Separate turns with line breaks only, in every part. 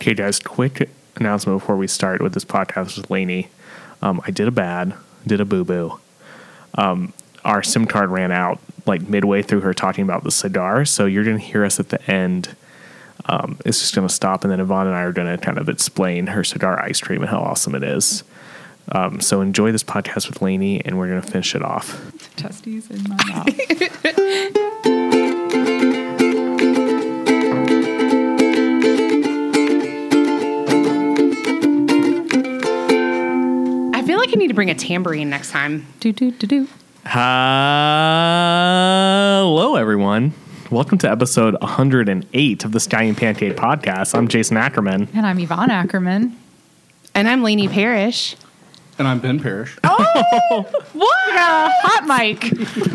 Hey guys, quick announcement before we start with this podcast with Laney. Um, I did a bad, did a boo boo. Um, our SIM card ran out like midway through her talking about the cigar, so you're going to hear us at the end. Um, it's just going to stop, and then Yvonne and I are going to kind of explain her cigar ice cream and how awesome it is. Um, so enjoy this podcast with Laney, and we're going to finish it off.
testes in my mouth.
I feel like I need to bring a tambourine next time.
do do do do.
Hello, everyone. Welcome to episode 108 of the Sky and Pancake podcast. I'm Jason Ackerman.
And I'm Yvonne Ackerman.
And I'm Lainey Parrish.
And I'm Ben Parrish.
Oh.
What?
Hot mic.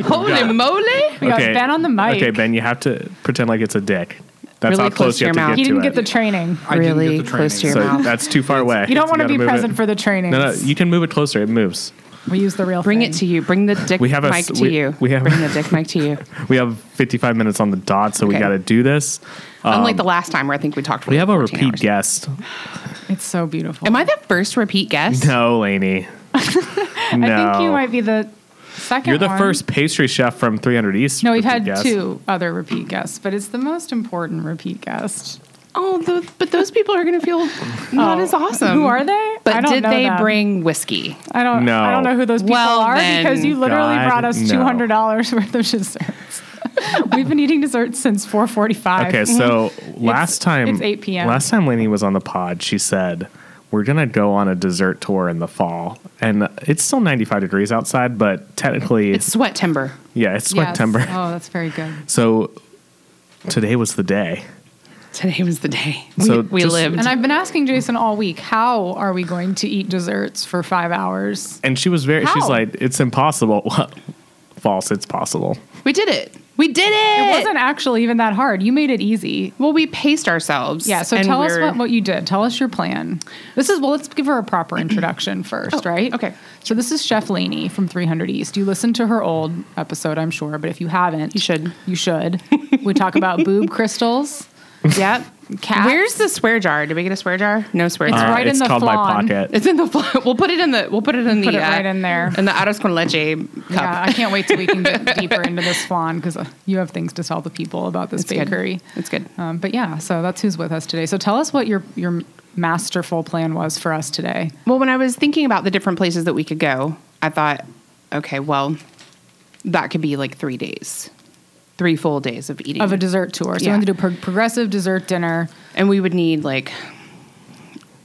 Holy moly!
We got Ben on the mic.
Okay, Ben, you have to pretend like it's a dick. That's
Really
how close,
close
you
to
have to
your mouth.
get
You
to
didn't
it.
get the training.
I didn't get the
close to your
training.
so
mouth.
that's too far away.
You don't want to
gotta
be
move it.
present for the training.
No, no, you can move it closer. It moves.
we use the real
Bring
thing.
it to you. Bring the dick
We have a
mic
s-
to
we-
you.
we have-
Bring the dick mic to you.
We have 55 minutes on the dot, so we
Okay.
got to do this.
Unlike the last time where I think we talked. For
Um, We have a
14
repeat
hours.
guest.
It's so beautiful.
Am I the first repeat guest?
No, Lainey. no.
I think you might be the second
You're the
one.
first pastry chef from 300 East.
No, we've
repeat
had
guest.
two other repeat guests, but it's the most important repeat guest.
Oh, tho- but those people are going to feel not
Oh,
as awesome.
who are they?
But
I don't
did
know
they
them.
bring whiskey?
I don't
No.
I don't know who those people
Well,
are
then,
because you literally
God,
brought us
no.
$200 worth of desserts. We've been eating desserts since 4:45.
Okay, so
Mm-hmm.
last time,
it's 8 p.m..
Last time Lainey was on the pod, she said, "We're gonna go on a dessert tour in the fall, and it's still 95 degrees outside, but technically,
It's sweat timber.
yeah, it's
Yes.
September.
Oh, that's very good.
So today was the day.
Today was the day
So
we, we
just-
lived.
And I've been asking Jason all week, how are we going to eat desserts for five hours?
And she was very.
How?
She's like, "It's impossible." False. It's possible.
we did it. We did it.
It wasn't actually even that hard. You made it easy.
Well, we paced ourselves.
Yeah, so
and
tell us
we're-
what, what you did. Tell us your plan. This is, well, let's give her a proper introduction first, right?
Oh, okay.
So this is Chef Laney from 300 East. You listened to her old episode, I'm sure, but if you haven't,
You should.
You should. we talk about boob crystals. Yep. Cats.
Where's the swear jar? Did we get a swear jar? No swear
It's
jar.
right
Uh,
in
it's
the
called my
flan.
pocket.
It's in the. fl- We'll put it in the. We'll put it in
Put
the. uh,
it right in there.
In the arroz con leche cup.
Yeah, I can't wait till we can get deeper into this flan because you have things to tell the people about this
It's good.
bakery.
It's good.
Um, but yeah, so that's who's with us today. So tell us what your your masterful plan was for us today.
Well, when I was thinking about the different places that we could go, I thought, okay, well, that could be like three days, three full days of eating
Of a dessert tour. So
Yeah.
you want to do pro- progressive dessert dinner.
and we would need like,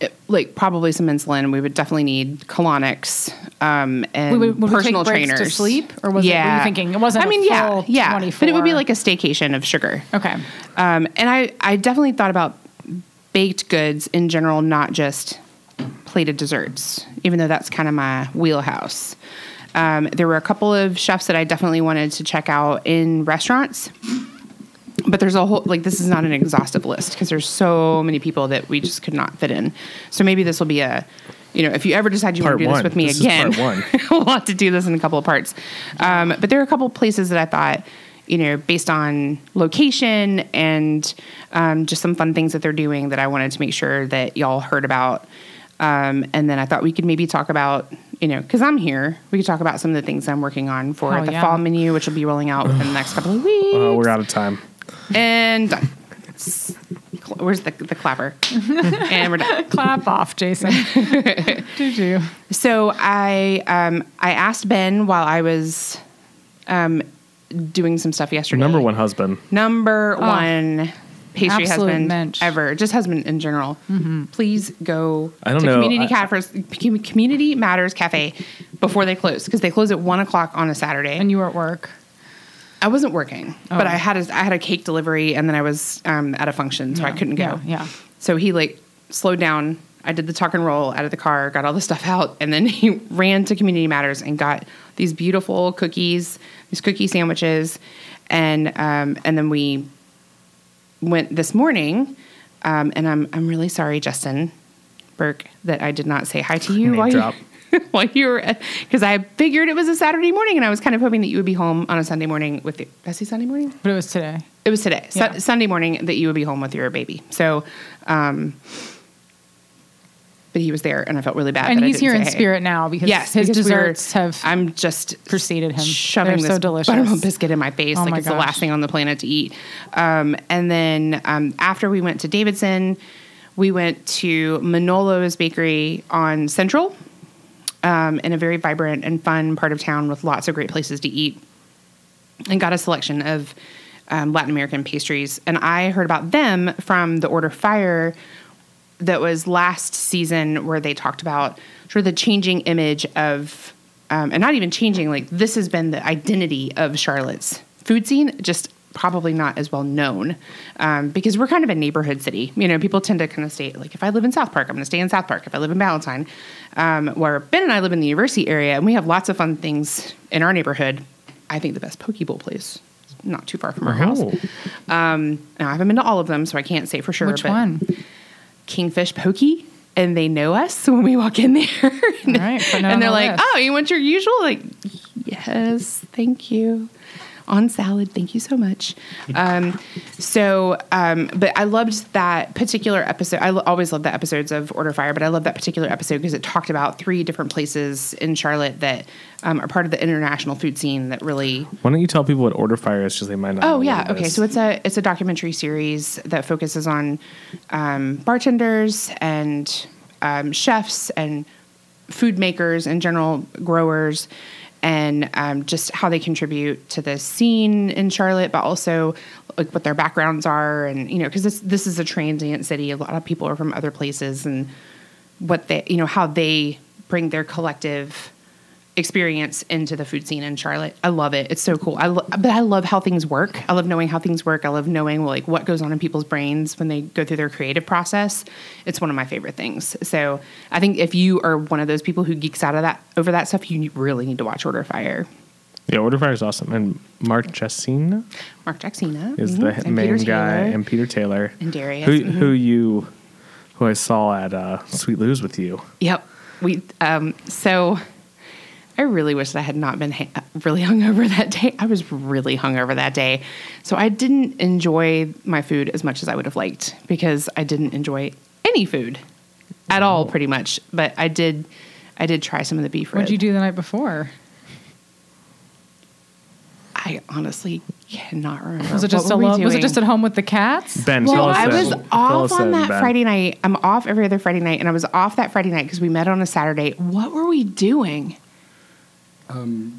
it- like probably some insulin. We would definitely need colonics um, and
We would- would we
personal
take breaks to
trainers
sleep, or was it- were you thinking- it wasn't
I
a
mean,
full
yeah, yeah, but it would be
24?
like a staycation of sugar.
Okay.
Um, and I, I definitely thought about baked goods in general, not just plated desserts, even though that's kind of my wheelhouse. Um, there were a couple of chefs that I definitely wanted to check out in restaurants, but there's a whole, like, this is not an exhaustive list because there's so many people that we just could not fit in. So maybe this will be a, you know, if you ever decide you want
Part
to do
one.
this with me
This is
again,
part one.
we'll have to do this in a couple of parts. Um, but there are a couple of places that I thought, you know, based on location and um, just some fun things that they're doing that I wanted to make sure that y'all heard about. Um, and then I thought we could maybe talk about, you know, because I'm here, we could talk about some of the things I'm working on for
Hell
the
yeah.
fall menu, which will be rolling out within the next couple of weeks.
Oh, we're out of time.
and done. S- cl- Where's the, the clapper? and we're done.
Clap off, Jason. Did you?
So I um, I asked Ben while I was um, doing some stuff yesterday.
Number one husband.
number one
Oh,
pastry
Absolute
husband
mensch. Mm-hmm.
ever, just husband in general. Please go
I don't
to
know.
Community,
I-
Cafes, Com- Community Matters Cafe before they close because they close at one o'clock on a Saturday.
And you were at work.
I wasn't working, but
Oh.
I had a, I had a cake delivery and then I was um, at a function, so I couldn't go.
yeah, yeah.
So he like slowed down. I did the tuck and roll out of the car, got all the stuff out, and then he ran to Community Matters and got these beautiful cookies, these cookie sandwiches, and um, and then we went this morning. Um, and I'm I'm really sorry, Justin Burke, that I did not say hi to you
Name
while
drop.
you while you were because I figured it was a Saturday morning, and I was kind of hoping that you would be home on a Sunday morning with the Bessie Sunday morning.
But it was today.
It was today, Su-
Yeah.
Sunday morning, that you would be home with your baby. So, um, but he was there, and I felt really bad.
and
that I
he's
didn't
here in
say, "Hey."
spirit now because
Yes,
his
because we were-
desserts have
I'm just
preceded him.
Shoving
They're
this
so delicious.
buttermilk biscuit in my face,
Oh
like
my
it's the
gosh.
last thing on the planet to eat. Um, and then um, after we went to Davidson, we went to Manolo's Bakery on Central, um, in a very vibrant and fun part of town with lots of great places to eat, and got a selection of um, Latin American pastries. And I heard about them from the Order Fire that was last season where they talked about sort of the changing image of um, and not even changing like this has been the identity of charlotte's food scene just probably not as well known um, because we're kind of a neighborhood city you know people tend to kind of stay like if i live in south park i'm going to stay in south park if i live in ballantyne um, where ben and i live in the university area and we have lots of fun things in our neighborhood i think the best poke bowl place is not too far from our house
Oh.
um, now i haven't been to all of them so i can't say for sure
Which
but-
one?
Kingfish Pokey, and they know us when we walk in there. and,
All right, putting it on
and they're
the
like,
list.
"Oh, you want your usual?" Like, yes, thank you. On salad, thank you so much. Um, so, um, but I loved that particular episode. I l- always love the episodes of Order Fire, but I love that particular episode because it talked about three different places in Charlotte that um, are part of the international food scene that really
Why don't you tell people what Order Fire is? Because they might not.
Oh
know
yeah,
what it
okay.
is.
So it's a it's a documentary series that focuses on um, bartenders and um, chefs and food makers and general growers, and um, just how they contribute to the scene in Charlotte, but also like what their backgrounds are, and you know, because this this is a transient city. A lot of people are from other places, and what they you know how they bring their collective experience into the food scene in Charlotte. I love it. It's so cool. I lo- but I love how things work. I love knowing how things work. I love knowing like what goes on in people's brains when they go through their creative process. It's one of my favorite things. So I think if you are one of those people who geeks out of that over that stuff, you really need to watch Order of Fire.
yeah, Order Fire is awesome. And Mark Chesina
Mark Jacksina
is
mhm,
the
and
main
Peter
guy,
Taylor.
and Peter Taylor
And Darius,
who,
mhm.
who you, who I saw at uh, Sweet Lou's with you.
Yep. We um so I really wish that I had not been ha- really hungover that day. I was really hungover that day. So I didn't enjoy my food as much as I would have liked because I didn't enjoy any food at all pretty much, but I did I did try some of the beef rib.
What'd you do the night before?
I honestly cannot remember.
Was it
What
just
were we
alone? Was it
doing?
just at home with the cats?
Ben,
Well,
tell us
I
that.
was
Tell
off
us
on that
Ben.
Friday night. I'm off every other Friday night, and I was off that Friday night because we met on a Saturday. What were we doing?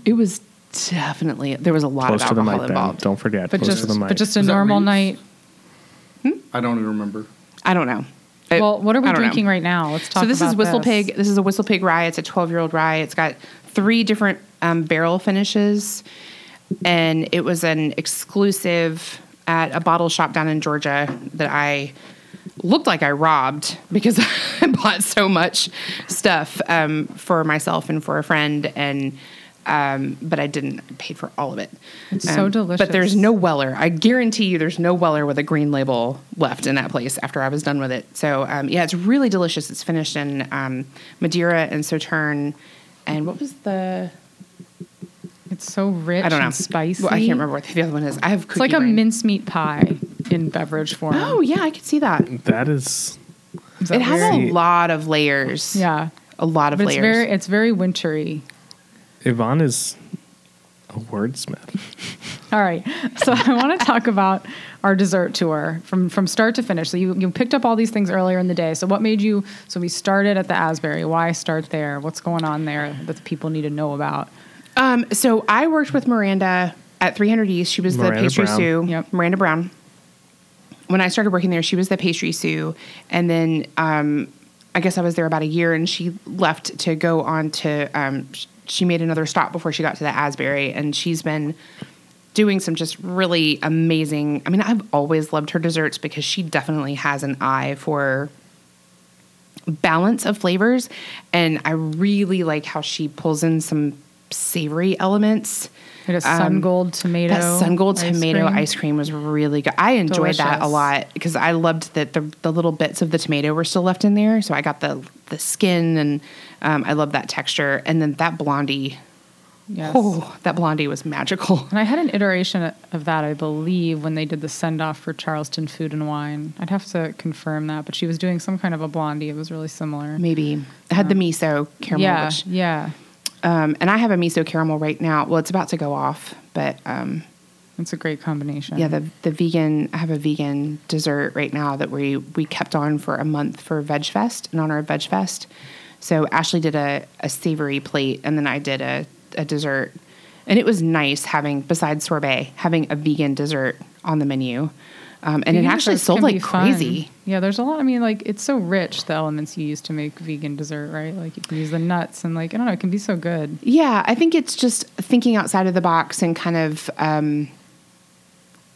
it was definitely there was a lot
Close
of
to the
alcohol
mic, Ben.
involved.
Don't forget.
But
close
just,
to the mic.
but just a
Was that
normal
Reeves?
night.
I don't even remember.
I don't know. I-
well, what are we
I don't know.
drinking right now? Let's talk.
So this is
about
Whistle
this.
Pig. This is a Whistle Pig rye. It's a 12 year old rye. It's got three different um, barrel finishes, and it was an exclusive at a bottle shop down in Georgia that I looked like I robbed because I bought so much stuff um, for myself and for a friend and. Um, but I didn't I paid for all of it.
It's so delicious.
But there's no Weller. I guarantee you there's no Weller with a green label left in that place after I was done with it. So, um, yeah, it's really delicious. It's finished in um, Madeira and Sauterne. And what was the.
It's so rich.
I don't know.
And spicy.
Well, I can't remember what the other one is. I have
It's like a
brain.
mincemeat pie in beverage form.
Oh, yeah, I could see that.
that is
Is that
It has
weird?
a lot of layers.
yeah.
A lot of
But it's
layers.
very it's very wintry.
Yvonne is a wordsmith.
All right. So I want to talk about our dessert tour from from start to finish. So you, you picked up all these things earlier in the day. So what made you? So we started at the Asbury. Why start there? What's going on there that the people need to know about?
Um, so I worked with Miranda at 300 East. She was
Miranda
the pastry
Brown.
sous,
Yep.
Miranda Brown. When I started working there, she was the pastry sous, and then um, I guess I was there about a year, and she left to go on to. Um, sh- she made another stop before she got to the Asbury, and she's been doing some just really amazing. I mean, I've always loved her desserts because she definitely has an eye for balance of flavors and I really like how she pulls in some savory elements.
It has sun
Um,
gold tomato.
that sun gold
ice
tomato
cream.
ice cream was really good. I enjoyed that a
Delicious.
lot because I loved that the, the little bits of the tomato were still left in there. So I got the the skin and um, I love that texture. And then that blondie
Yes.
Oh, that blondie was magical.
And I had an iteration of that, I believe, when they did the send off for Charleston Food and Wine. I'd have to confirm that, but she was doing some kind of a blondie. It was really similar.
Maybe it had the miso caramel.
yeah,
which-
yeah.
um, and I have a miso caramel right now. Well, it's about to go off, but um,
It's a great combination.
yeah, the the vegan. I have a vegan dessert right now that we we kept on for a month for Veg Fest in honor of Veg Fest. So Ashley did a, a savory plate, and then I did a, a dessert, and it was nice having besides sorbet having a vegan dessert on the menu, um, and it
Vegan
actually
desserts
sold
can
like
be fun.
crazy.
Yeah, there's a lot. I mean, like it's so rich the elements you use to make vegan dessert, right? Like you can use the nuts and like I don't know, it can be so good.
Yeah, I think it's just thinking outside of the box and kind of um,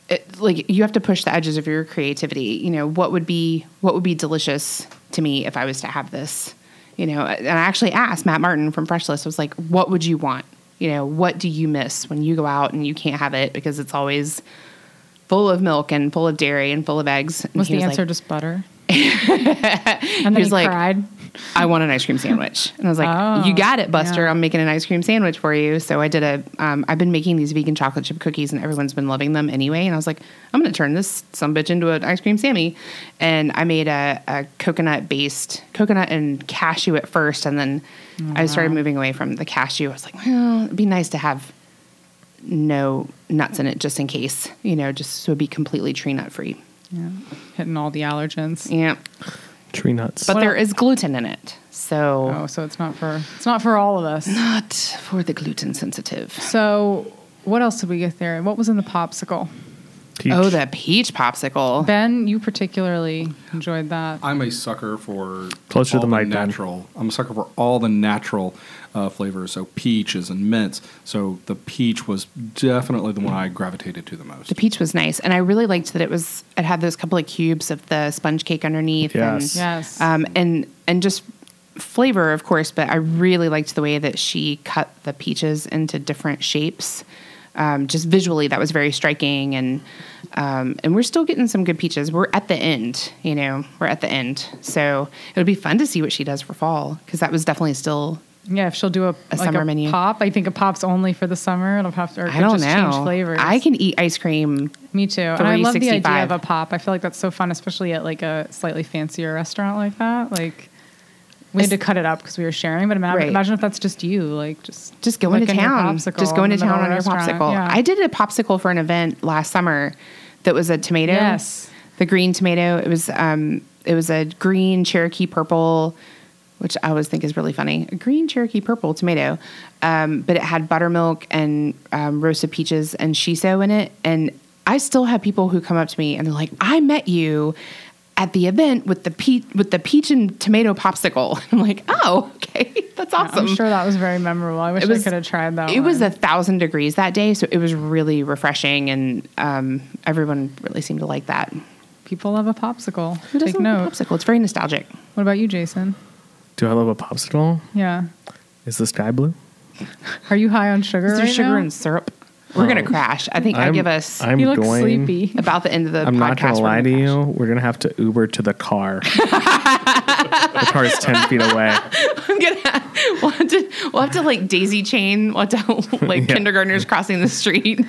it, like you have to push the edges of your creativity. You know, what would be what would be delicious to me if I was to have this? You know, and I actually asked Matt Martin from Fresh List. I was like, "What would you want? You know, what do you miss when you go out and you can't have it because it's always full of milk and full of dairy and full of eggs?" And
Was
he
the
like,
answer just butter? and then
He was
he
like-
cried.
I want an ice cream sandwich. And I was like,
Oh,
you got it, Buster.
yeah.
I'm making an ice cream sandwich for you. So I did a, um, I've been making these vegan chocolate chip cookies and everyone's been loving them anyway. And I was like, I'm going to turn this some bitch into an ice cream Sammy. And I made a, a coconut based, coconut and cashew at first. And then
Oh,
I started moving away from the cashew. I was like, well, it'd be nice to have no nuts in it just in case, you know, just so it'd be completely tree nut free.
Yeah, hitting all the allergens.
Yeah.
Tree nuts.
But there is gluten in it. So
Oh, so it's not for it's not for all of us.
not for the gluten sensitive.
So what else did we get there? What was in the popsicle?
Peach.
Oh, the peach popsicle.
Ben, you particularly enjoyed that.
I'm a sucker for
Closer to
all
the mic, Ben.
natural. I'm a sucker for all the natural uh, flavors, so peaches and mints. So the peach was definitely the one I gravitated to the most.
the peach was nice, and I really liked that it was. It had those couple of cubes of the sponge cake underneath.
Yes.
And,
Yes.
Um, and and just flavor, of course, but I really liked the way that she cut the peaches into different shapes. Um, just visually, that was very striking, and um, and we're still getting some good peaches. We're at the end, you know, we're at the end. So it'll be fun to see what she does for fall because that was definitely still
yeah, if she'll do a, like
summer menu.
pop, I think a pop's only for the summer. It'll have to. Or it
I
could
don't
just
know.
Change flavors.
I can eat ice cream.
Me too. And I love the idea of
365.
a pop. I feel like that's so fun, especially at like a slightly fancier restaurant like that. Like we had to
It's-
cut it up because we were sharing, but ima-
Right.
imagine if that's just you, like just
Just going to
licking your
town.
popsicle
Just going to
in the
town on
middle
your
of a restaurant.
popsicle.
Yeah.
I did a popsicle for an event last summer that was a tomato.
Yes.
The green tomato. It was um it was a green Cherokee purple, which I always think is really funny. A green Cherokee purple tomato. Um, but it had buttermilk and um, roasted peaches and shiso in it. And I still have people who come up to me and they're like, I met you at the event with the peach with the peach and tomato popsicle. I'm like, oh, okay. That's awesome.
I'm sure that was very memorable. I wish I could have tried that.
It was a
one.
thousand degrees that day, so it was really refreshing, and um, everyone really seemed to like that.
people love a popsicle.
Who doesn't
Take
love a
note.
popsicle? It's very nostalgic.
What about you, Jason?
Do I love a popsicle?
Yeah,
Is the sky blue?
are you high on sugar
Is there
right
sugar
now?
and syrup? We're gonna
Oh.
crash. I think I
I'm-
give us
I'm
you look
going-
sleepy.
about the end of the
I'm
podcast.
not gonna
we're
lie to
crash.
you. We're gonna have to Uber to the car. the car is ten feet away.
I'm gonna. We'll have to. We'll have to like daisy chain. We'll have to like
Yeah.
kindergartners crossing the street.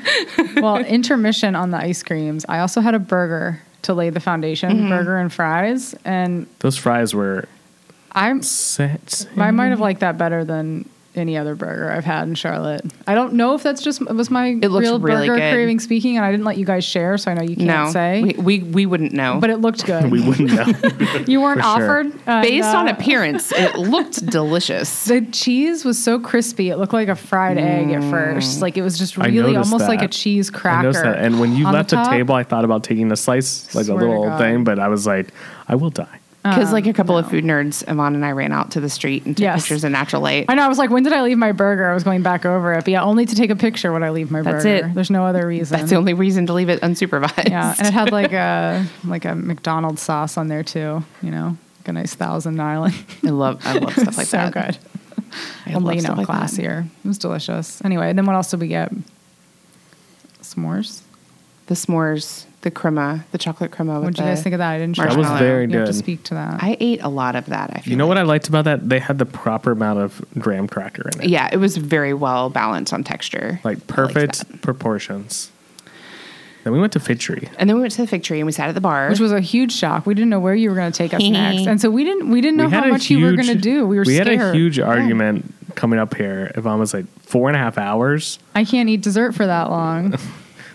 well, intermission on the ice creams. I also had a burger to lay the foundation,
Mm-hmm.
burger and fries, and
Those fries were
I'm
set.
I might have liked that better than any other burger I've had in Charlotte. I don't know if that's just it was my
It looks
real
really
burger
good.
craving speaking, and I didn't let you guys share, so I know you can't
no,
say.
we, we we wouldn't know.
but it looked good.
We wouldn't know.
you weren't
for sure.
offered and,
based on
uh,
appearance, it looked delicious.
The cheese was so crispy; it looked like a fried egg at first. Like it was just
I
really
noticed
almost like a
that.
cheese
I
cracker.
noticed that. And when you
on the
left the,
top.
table, I thought about taking a slice, like
Swear
a
to
little
God.
thing, but I was like, I will die.
Because like a couple of food nerds, Iman and I ran out to the street and took
um, Yes.
pictures in natural light.
I know. I was like, when did I leave my burger? I was going back over it, but yeah, only to take a picture when I leave my
That's
burger.
it.
There's no other reason.
That's the only reason to leave it unsupervised.
Yeah, and it had like a like a McDonald's sauce on there too. You know, like a nice Thousand Island.
I love I love stuff like
so
that.
good.
I
and
love
you know,
stuff like that.
classier. It was delicious. Anyway, then what else did we get? S'mores.
The s'mores, the crema, the chocolate crema. With
What do you guys
the
think of that? I didn't try
That was
marshmallow.
very
You have to
good.
speak to that.
I ate a lot of that. I feel
You know
like.
what I liked about that? They had the proper amount of graham cracker in it.
Yeah, it was very well balanced on texture.
Like
I liked
perfect
that.
proportions. Then we went to Fitchery.
And then we went to the fig tree and we sat at the bar.
which was a huge shock. We didn't know where you were going to take us next, and so we didn't we didn't know
we
how
a
much you were going to do. We were
we
scared.
had a huge argument coming up here. Yvonne was like four and a half hours,
I can't eat dessert for that long.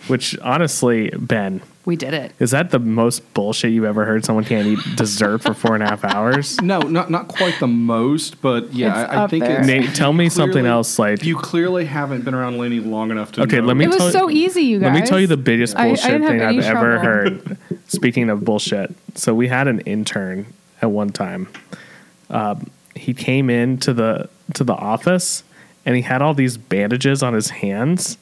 which honestly, Ben,
we did it.
is that the most bullshit you've ever heard? Someone can't eat dessert for four and a half hours.
No, not not quite the most, but yeah,
It's
I, I
up
think
there.
it's
Nate, tell me something
clearly-
else. Like,
You clearly haven't been around Laney long enough to.
okay,
know
let me.
It was
tell,
so easy, you
Let me
guys.
tell you the biggest
I- I
bullshit
didn't have
thing I've
any
ever
trouble.
heard. Speaking of bullshit, so we had an intern at one time. Um, he came in to the to the office, and he had all these bandages on his hands,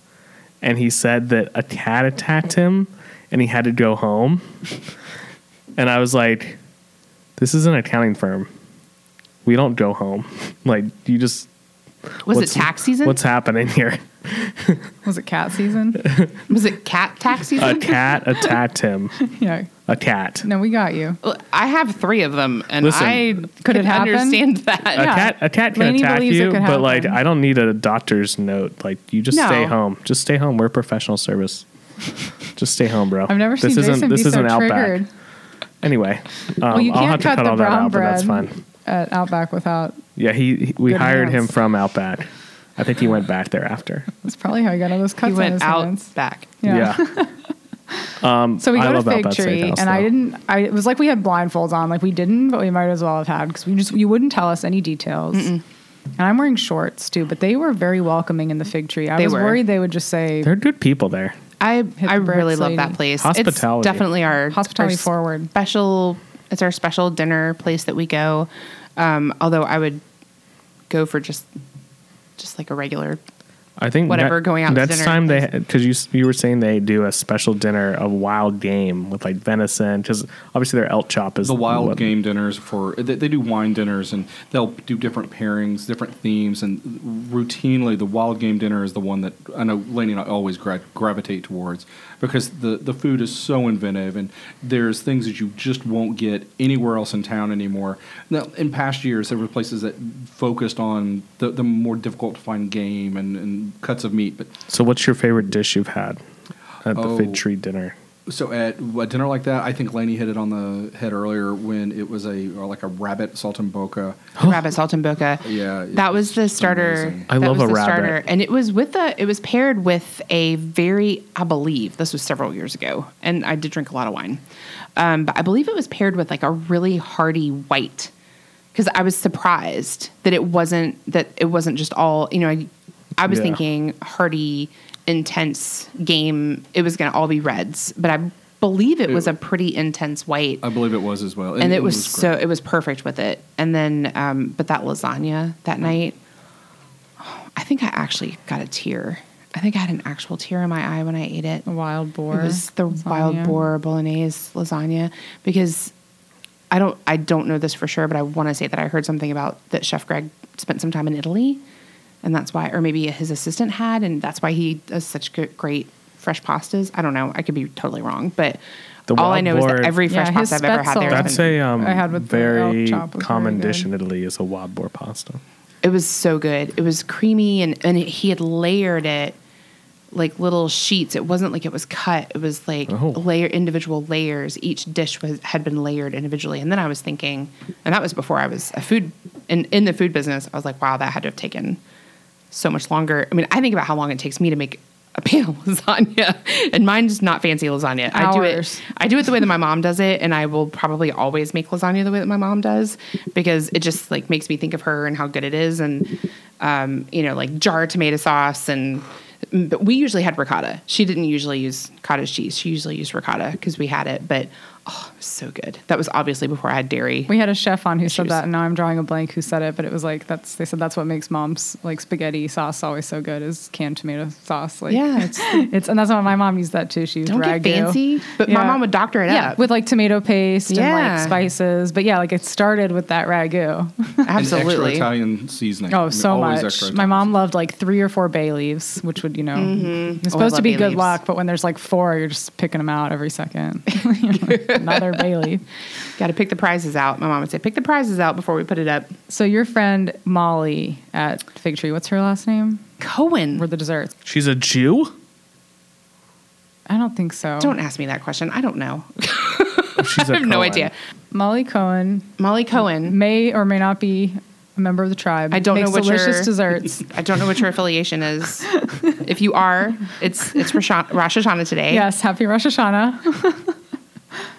and he said that a cat attacked him, and he had to go home. And I was like, "This is an accounting firm. We don't go home. Like you just
Was it
what's-
tax season?
What's happening here?"
Was it cat season?
was it cat tax
A
season?
cat attacked him.
yeah.
A cat.
No, we got you.
Well, I have three of them, and
Listen.
I
Could
could
it happen?
understand that.
a cat a cat can
Lainey
attack
believes it
you
could
but like
happen.
i don't need a doctor's note like you just stay
No.
home just stay home we're professional service just stay home bro
I've never
this
seen
isn't
Jason
this
be
isn't
so
outback
triggered.
anyway um,
well, you
i'll have
can't
to
cut,
cut
the
all that
brown
out but
bread
that's fine
at Outback without.
yeah he, he- we
Good
hired him
hands.
from outback i think he went back there after
That's probably how he got all those cuts
He
on his
went out
hands.
back.
yeah,
So we
I
go to
love
Fig
Outback
Tree,
Steakhouse,
and I
though.
didn't. I it was like we had blindfolds on, like we didn't, but we might as well have had because we just you wouldn't tell us any details. And I'm wearing shorts too, but they were very welcoming in the Fig Tree. I
They
was
were.
worried they would just say
they're good people there
I I
bricks,
really love
lady.
that place.
Hospitality.
It's definitely our
Hospitality
our
forward.
Special. It's our special dinner place that we go. Um, although I would go for just just like a regular.
I think
Whatever,
ne-
going out to
Next
dinner.
time they because you s- you were saying they do a special dinner of wild game with like venison because obviously their elk chop is
the wild
what-
game dinners for they, they do wine dinners and they'll do different pairings different themes and routinely the wild game dinner is the one that i know laney and i always gra- gravitate towards because the, the food is so inventive and there's things that you just won't get anywhere else in town anymore now in past years there were places that focused on the, the more difficult to find game and, and cuts of meat but
So, what's your favorite dish you've had at the
Oh.
fig tree dinner?
So at a dinner like that, I think Laney hit it on the head earlier when it was a or like a rabbit salton boca.
rabbit salt and boca.
Yeah, it
that was the
was
starter.
amazing.
I
that
love
was
a
the
rabbit.
and it was with a. It was paired with a very, I believe this was several years ago, and I did drink a lot of wine, um, but I believe it was paired with like a really hearty white, because I was surprised that it wasn't that it wasn't just all you know. I, I was
Yeah.
thinking hearty, intense game. It was going to all be reds, but I believe it was a pretty intense white
I believe Oh, it was as well,
and it was, so
great.
it was perfect with it. And then, um, but that lasagna that night, oh, I think I actually got a tear. I think I had an actual tear in my eye when I ate it.
a wild boar.
It was the wild
lasagna.
boar bolognese lasagna because I don't I don't know this for sure, but I want to say that I heard something about that Chef Greg spent some time in Italy, and that's why, or maybe his assistant had, and that's why he does such good, great fresh pastas. I don't know. I could be totally wrong, but
The
all I
wild
know is
boar-
that every fresh
Yeah, his
pasta I've ever had there.
spetzel.
has
That's
been-
a um,
I had with the elk
very
chop was
common
very good.
dish in Italy is a wild boar pasta.
It was so good. It was creamy and and it, he had layered it like little sheets. It wasn't like it was cut. It was like
Oh.
layer individual layers. Each dish was had been layered individually. And then I was thinking, and that was before I was a food in in the food business. I was like, wow, that had to have taken so much longer. I mean, I think about how long it takes me to make a pan of lasagna, and mine's not fancy lasagna. I do
Hours.
it. I do it the way that my mom does it, and I will probably always make lasagna the way that my mom does because it just like makes me think of her and how good it is, and um, you know, like jar tomato sauce and. mm, But we usually had ricotta. She didn't usually use cottage cheese. She usually used ricotta because we had it. But Oh, it was so good. That was obviously before I had dairy.
We had a chef on who said
Issues.
that, and now I'm drawing a blank who said it, but it was like that's they said that's what makes mom's like spaghetti sauce always so good is canned tomato sauce. Like
Yeah, it's-
it's and that's why my mom used that too. She used
Don't
ragu.
get fancy, but my
Yeah.
mom would doctor it
yeah,
up.
with like tomato paste and like
Yeah.
spices. But yeah, like it started with that ragu.
And extra
Absolutely.
Italian seasoning. I
Oh,
mean,
so
always
much.
extra
My
Italian.
mom loved like three or four bay leaves, which would, you know, it's
Oh, I
supposed to
love
be
bay
good
leaves.
luck, but when there's like four, you're just picking them out every second. You know, Another bay leaf.
Got to pick the prizes out. My mom would say, pick the prizes out before we put it up.
So your friend Molly at Fig Tree, what's her last name?
Cohen.
Were the desserts?
She's a Jew.
I don't think so.
Don't ask me that question. I don't know.
She's
I have no idea.
Molly Cohen
Molly Cohen.
may or may not be a member of the tribe.
I don't
Makes
know what your-
delicious desserts.
I don't know what your affiliation is. if you are, it's it's Rosh, Rosh Hashanah today.
yes, happy Rosh Hashanah.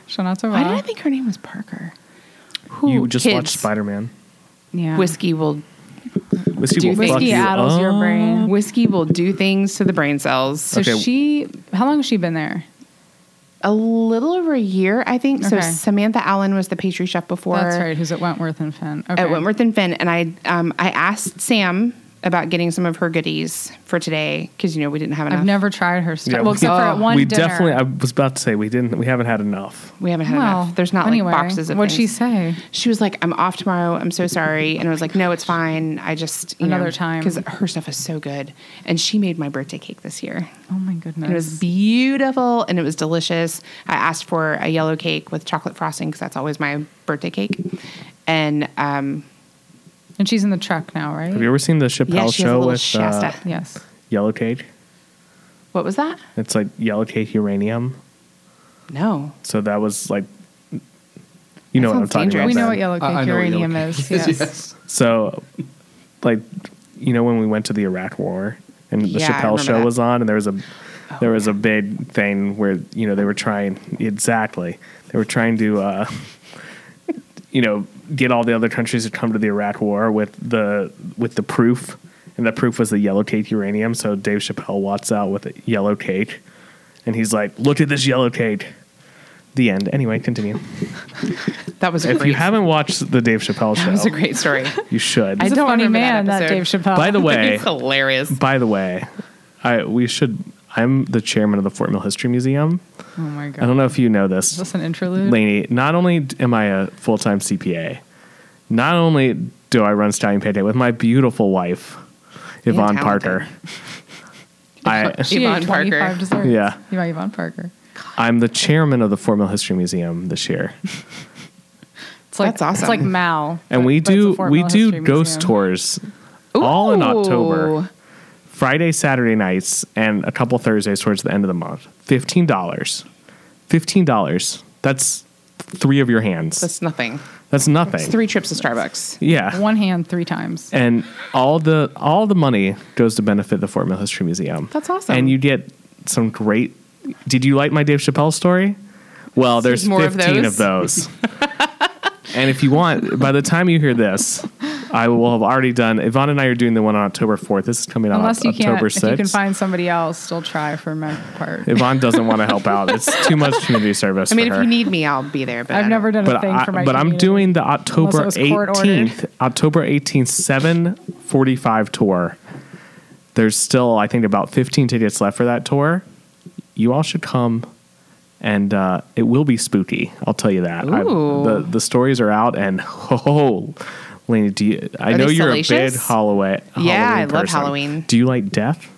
Shana Torah.
Why did I think her name was Parker? Who
You just
kids,
watched Spider Man.
yeah.
Whiskey will
Whiskey
Do
will
things.
fuck
Whiskey
you Oh.
addles your
up.
brain.
whiskey will do things to the brain cells.
So
Okay.
she, how long has she been there?
A little over a year, I think. So
Okay.
Samantha Allen was the pastry chef before.
That's right. Who's at Wentworth and Finn? Okay.
at Wentworth and Finn, and I um, I asked Sam about getting some of her goodies for today because you know we didn't have enough.
I've never tried her stuff.
Yeah,
well,
we- Oh,
except for at one
we
dinner.
definitely. I was about to say we didn't. We haven't had enough.
we haven't had
Well,
enough. There's not
anyway,
like boxes of.
What'd she
things.
say?
She was like, "I'm off tomorrow. I'm so sorry," and I was like, "No, it's fine. I just you
Another time.
because her stuff is so good." And she made my birthday cake this year.
Oh my goodness.
And it was beautiful and it was delicious. I asked for a yellow cake with chocolate frosting because that's always my birthday cake. And um,
and she's in the truck now, right?
Have you ever seen the Chappelle
yeah, she has
show
a little
with uh,
Shasta.
yes.
Yellow Cake?
What was that?
It's like Yellow Cake Uranium.
No,
So that was like, you know what
That
I'm
sounds
talking about.
dangerous.
We know
Ben.
what yellow
I-
cake
I know what yellow
uranium
cake
is.
is,
Yes.
yes.
So, like, you know when we went to the Iraq War and the
Yeah, I
Chappelle
remember
Show
that. Oh,
was on, and there was a there was a big thing where you know they were trying exactly they were trying to uh, you know get all the other countries to come to the Iraq War with the with the proof, and the proof was the yellow cake uranium. So Dave Chappelle walks out with a yellow cake, and he's like, "Look at this yellow cake." The end. Anyway, continue.
that was a
If
great.
you haven't watched the Dave Chappelle
that was a
show,
great story.
you should.
I
He's a
don't
funny
remember that
man, that,
episode.
Dave Chappelle.
By the way,
it's hilarious.
by the way, I we should. I'm the chairman of the Fort Mill History Museum.
oh my god.
I don't know if you know
Is
this,
this an interlude?
Lainey. Not only am I a full time CPA, not only do I run Stallion Payday with my beautiful wife, Yvonne
talented.
Parker. I
She ate
Yvonne Parker.
25 desserts.
Yeah.
You know Yvonne Parker.
I'm the chairman of the Fort Mill History Museum this year,
It's like,
That's awesome.
It's like Mao.
and
but-
we
but it's a
do
Fort
we
Mill
do
History
ghost
Museum.
tours all in October.
Ooh.
Friday, Saturday nights, and a couple Thursdays towards the end of the month. Fifteen dollars. Fifteen dollars. That's three of your hands. That's,
That's nothing.
nothing.
It's three trips to Starbucks.
Yeah.
One hand three times.
And all the all the money goes to benefit the Fort Mill History Museum.
That's awesome.
And you get some great. Did you like my Dave Chappelle story? Well, there's
more of
fifteen of those. and if you want, by the time you hear this, I will have already done. Yvonne and I are doing the one on October fourth. This is coming out on
Unless you can't,
October
if you can
sixth.
find somebody else, they'll try for my part.
Yvonne doesn't want to help out. It's too much community service.
I mean,
for
if
her.
you need me, I'll be there. But I
I've
don't-
never done a
but
thing
I,
for my
but I'm
community.
doing the October
Unless it was court-ordered.
18th, October 18th, 7:45 tour. There's still, I think, about 15 tickets left for that tour. You all should come, and uh, it will be spooky. I'll tell you that. I-
Ooh.
the the stories are out, and oh, Lainey, do you, I
Are
know
they
you're a
salacious?
big Holloway.
Yeah,
Halloween
I love
person.
Halloween.
Do you like death?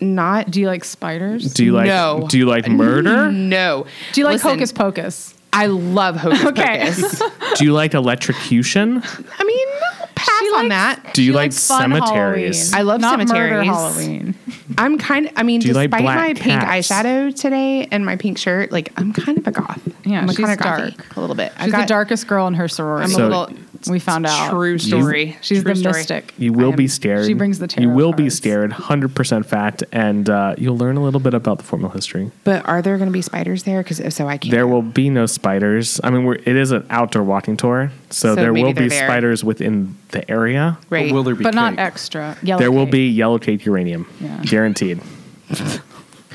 Not
Do you like spiders?
Do you like
No.
do you like murder?
no.
Do you like
Listen,
Hocus Pocus?
I love Hocus
Okay.
Pocus.
Do you like electrocution?
I mean, I'll pass
She likes-
on that.
Do you
She
like
likes fun
cemeteries?
Halloween.
I love
Not murder
cemeteries.
Halloween.
I'm kind. Of, I mean,
Do you like
despite my
black
pink
cats?
eyeshadow today and my pink shirt, like I'm kind of a goth.
Yeah,
I'm
she's
kind of
dark.
a little bit.
She's the darkest girl in her sorority.
I'm
So-
a little.
we found out.
True story.
She's
True
the
story.
mystic.
You will
I am-
be scared.
She brings the
You
tarot
will be
cards.
scared, 100% fact, and uh, you'll learn a little bit about the formal history.
But are there going to be spiders there? Because if so, I can't.
There will be no spiders. I mean, we're, it is an outdoor walking tour, so,
So
there
maybe
will be
they're there.
spiders within the area.
Right.
But will there be
But not
cake?
extra. Yellow
there will
cake.
be yellow cake uranium,
Yeah.
guaranteed.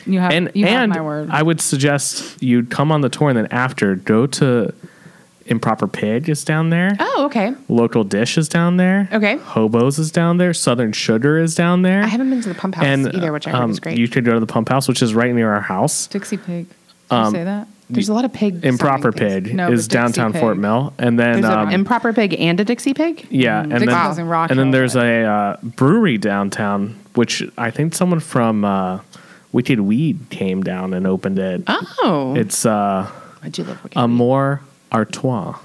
You have
and
Uh, you
and
have my word.
I would suggest you come on the tour and then after go to Improper Pig is down there.
Oh, okay.
Local Dish is down there.
Okay.
Hobos is down there. Southern Sugar is down there.
I haven't been to the pump house either, which I heard
um,
is great.
You could go to the Pump House, which is right near our house.
Dixie Pig. Did
Um,
you say that?
There's a lot of pig.
Improper
sounding things.
Pig
No,
is
but Dixie
downtown
Pig.
Fort Mill, and then
There's
um,
an improper pig and a Dixie pig.
yeah, and then,
Dixie Pig's in Rock
and then
Hill,
there's
but-
a uh, brewery downtown, which I think someone from uh, Wicked Weed came down and opened it. um,
Oh,
It's uh,
I do love wicked. Weed.
Amour Artois.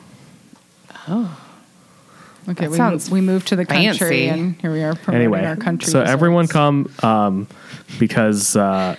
Okay,
That
we,
sounds
mo- we moved to the
fancy.
country, and here we are promoting
Anyway,
our country.
so
desserts.
everyone come um, because uh,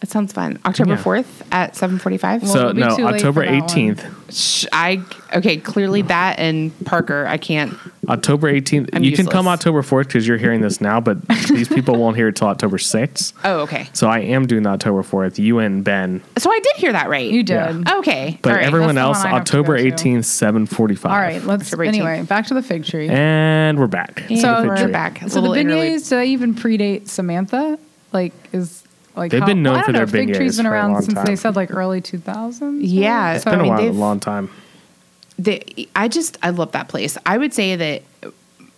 That sounds fun. October
Yeah.
fourth at seven forty-five.
Well,
so
it'll be
no
too late
October
for that one.
eighteenth.
Sh- I okay. Clearly, that and Parker, I can't.
October 18th.
I'm
you can come
useless.
October 4th because you're hearing this now, but these people won't hear it till October 6th.
Oh, okay.
So I am doing the October 4th. You and Ben.
So I did hear that right.
You did.
Yeah.
Okay.
But
All right.
everyone
that's the
else,
one I have to
October
go to.
18th, 745.
All right, let's
October 18th.
anyway back to the fig tree.
And we're back.
And
to the
So-
fig
we're
tree.
back.
so the
little interlude.
beignets do they even predate Samantha? Like is like
They've
how,
been known
well, I
for
don't know,
their
Fig tree's
beignets
been
for a
around
long
since
time.
they said like early two thousands.
Yeah,
It's been a
I mean,
while, a
they've-
long time.
the I just I love that place. I would say that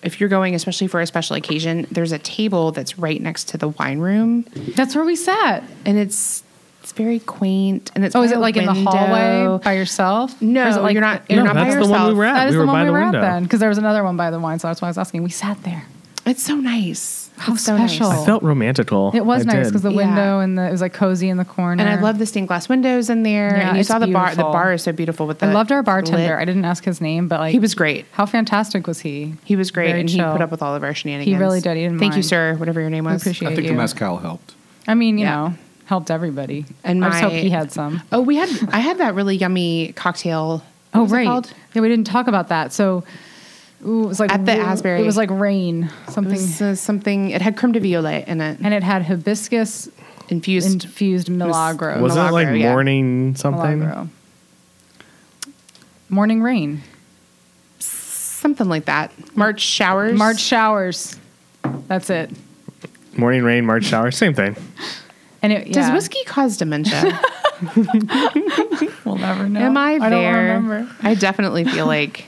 if you're going, especially for a special occasion, there's a table that's right next to the wine room,
that's where we sat.
and it's it's very quaint. And it's
Oh, is
by
it
a
like in the
window.
hallway by yourself?
No,
Or is it, like,
you're not.
No,
You're not by
that's the
yourself.
one we were at.
That is
were
the
by
one we
the
were
window.
at then, because there was another one by the wine, so that's why I was asking. We sat there.
It's so nice.
How
It's so
special.
nice.
I felt romantical.
It was
I
nice
did.
because the
Yeah.
window and the, it was like cozy in the corner.
And I love the stained glass windows in there.
Yeah,
and you
it's
saw the bar. The
beautiful.
bar is so beautiful with the.
I loved our bartender.
lit-
I didn't ask his name, but like
He was great.
How fantastic was he?
He was great,
Very
and he
chill.
put up with all of our shenanigans.
He really did. He didn't
Thank you,
mind.
sir. Whatever your name was.
appreciate
I think the
you.
mezcal helped.
I mean, you
Yeah.
know, helped everybody.
And
I just hope
my-
he had some.
Oh, we had. I had that really yummy cocktail. what
Oh
was it
right,
called?
yeah, we didn't talk about that. So ooh, it was like
At the
ooh,
Asbury.
It was like rain
It
something,
was uh, something. It had creme de violet in it,
and it had hibiscus
infused.
infused milagro.
Wasn't it like
Milagro, yeah.
morning something?
milagro. Morning rain,
something like that. March showers.
March showers. That's it.
Morning rain, March shower, same thing.
And it
Does
yeah.
whiskey cause dementia?
We'll never know.
Am I there?
I don't remember.
I definitely feel like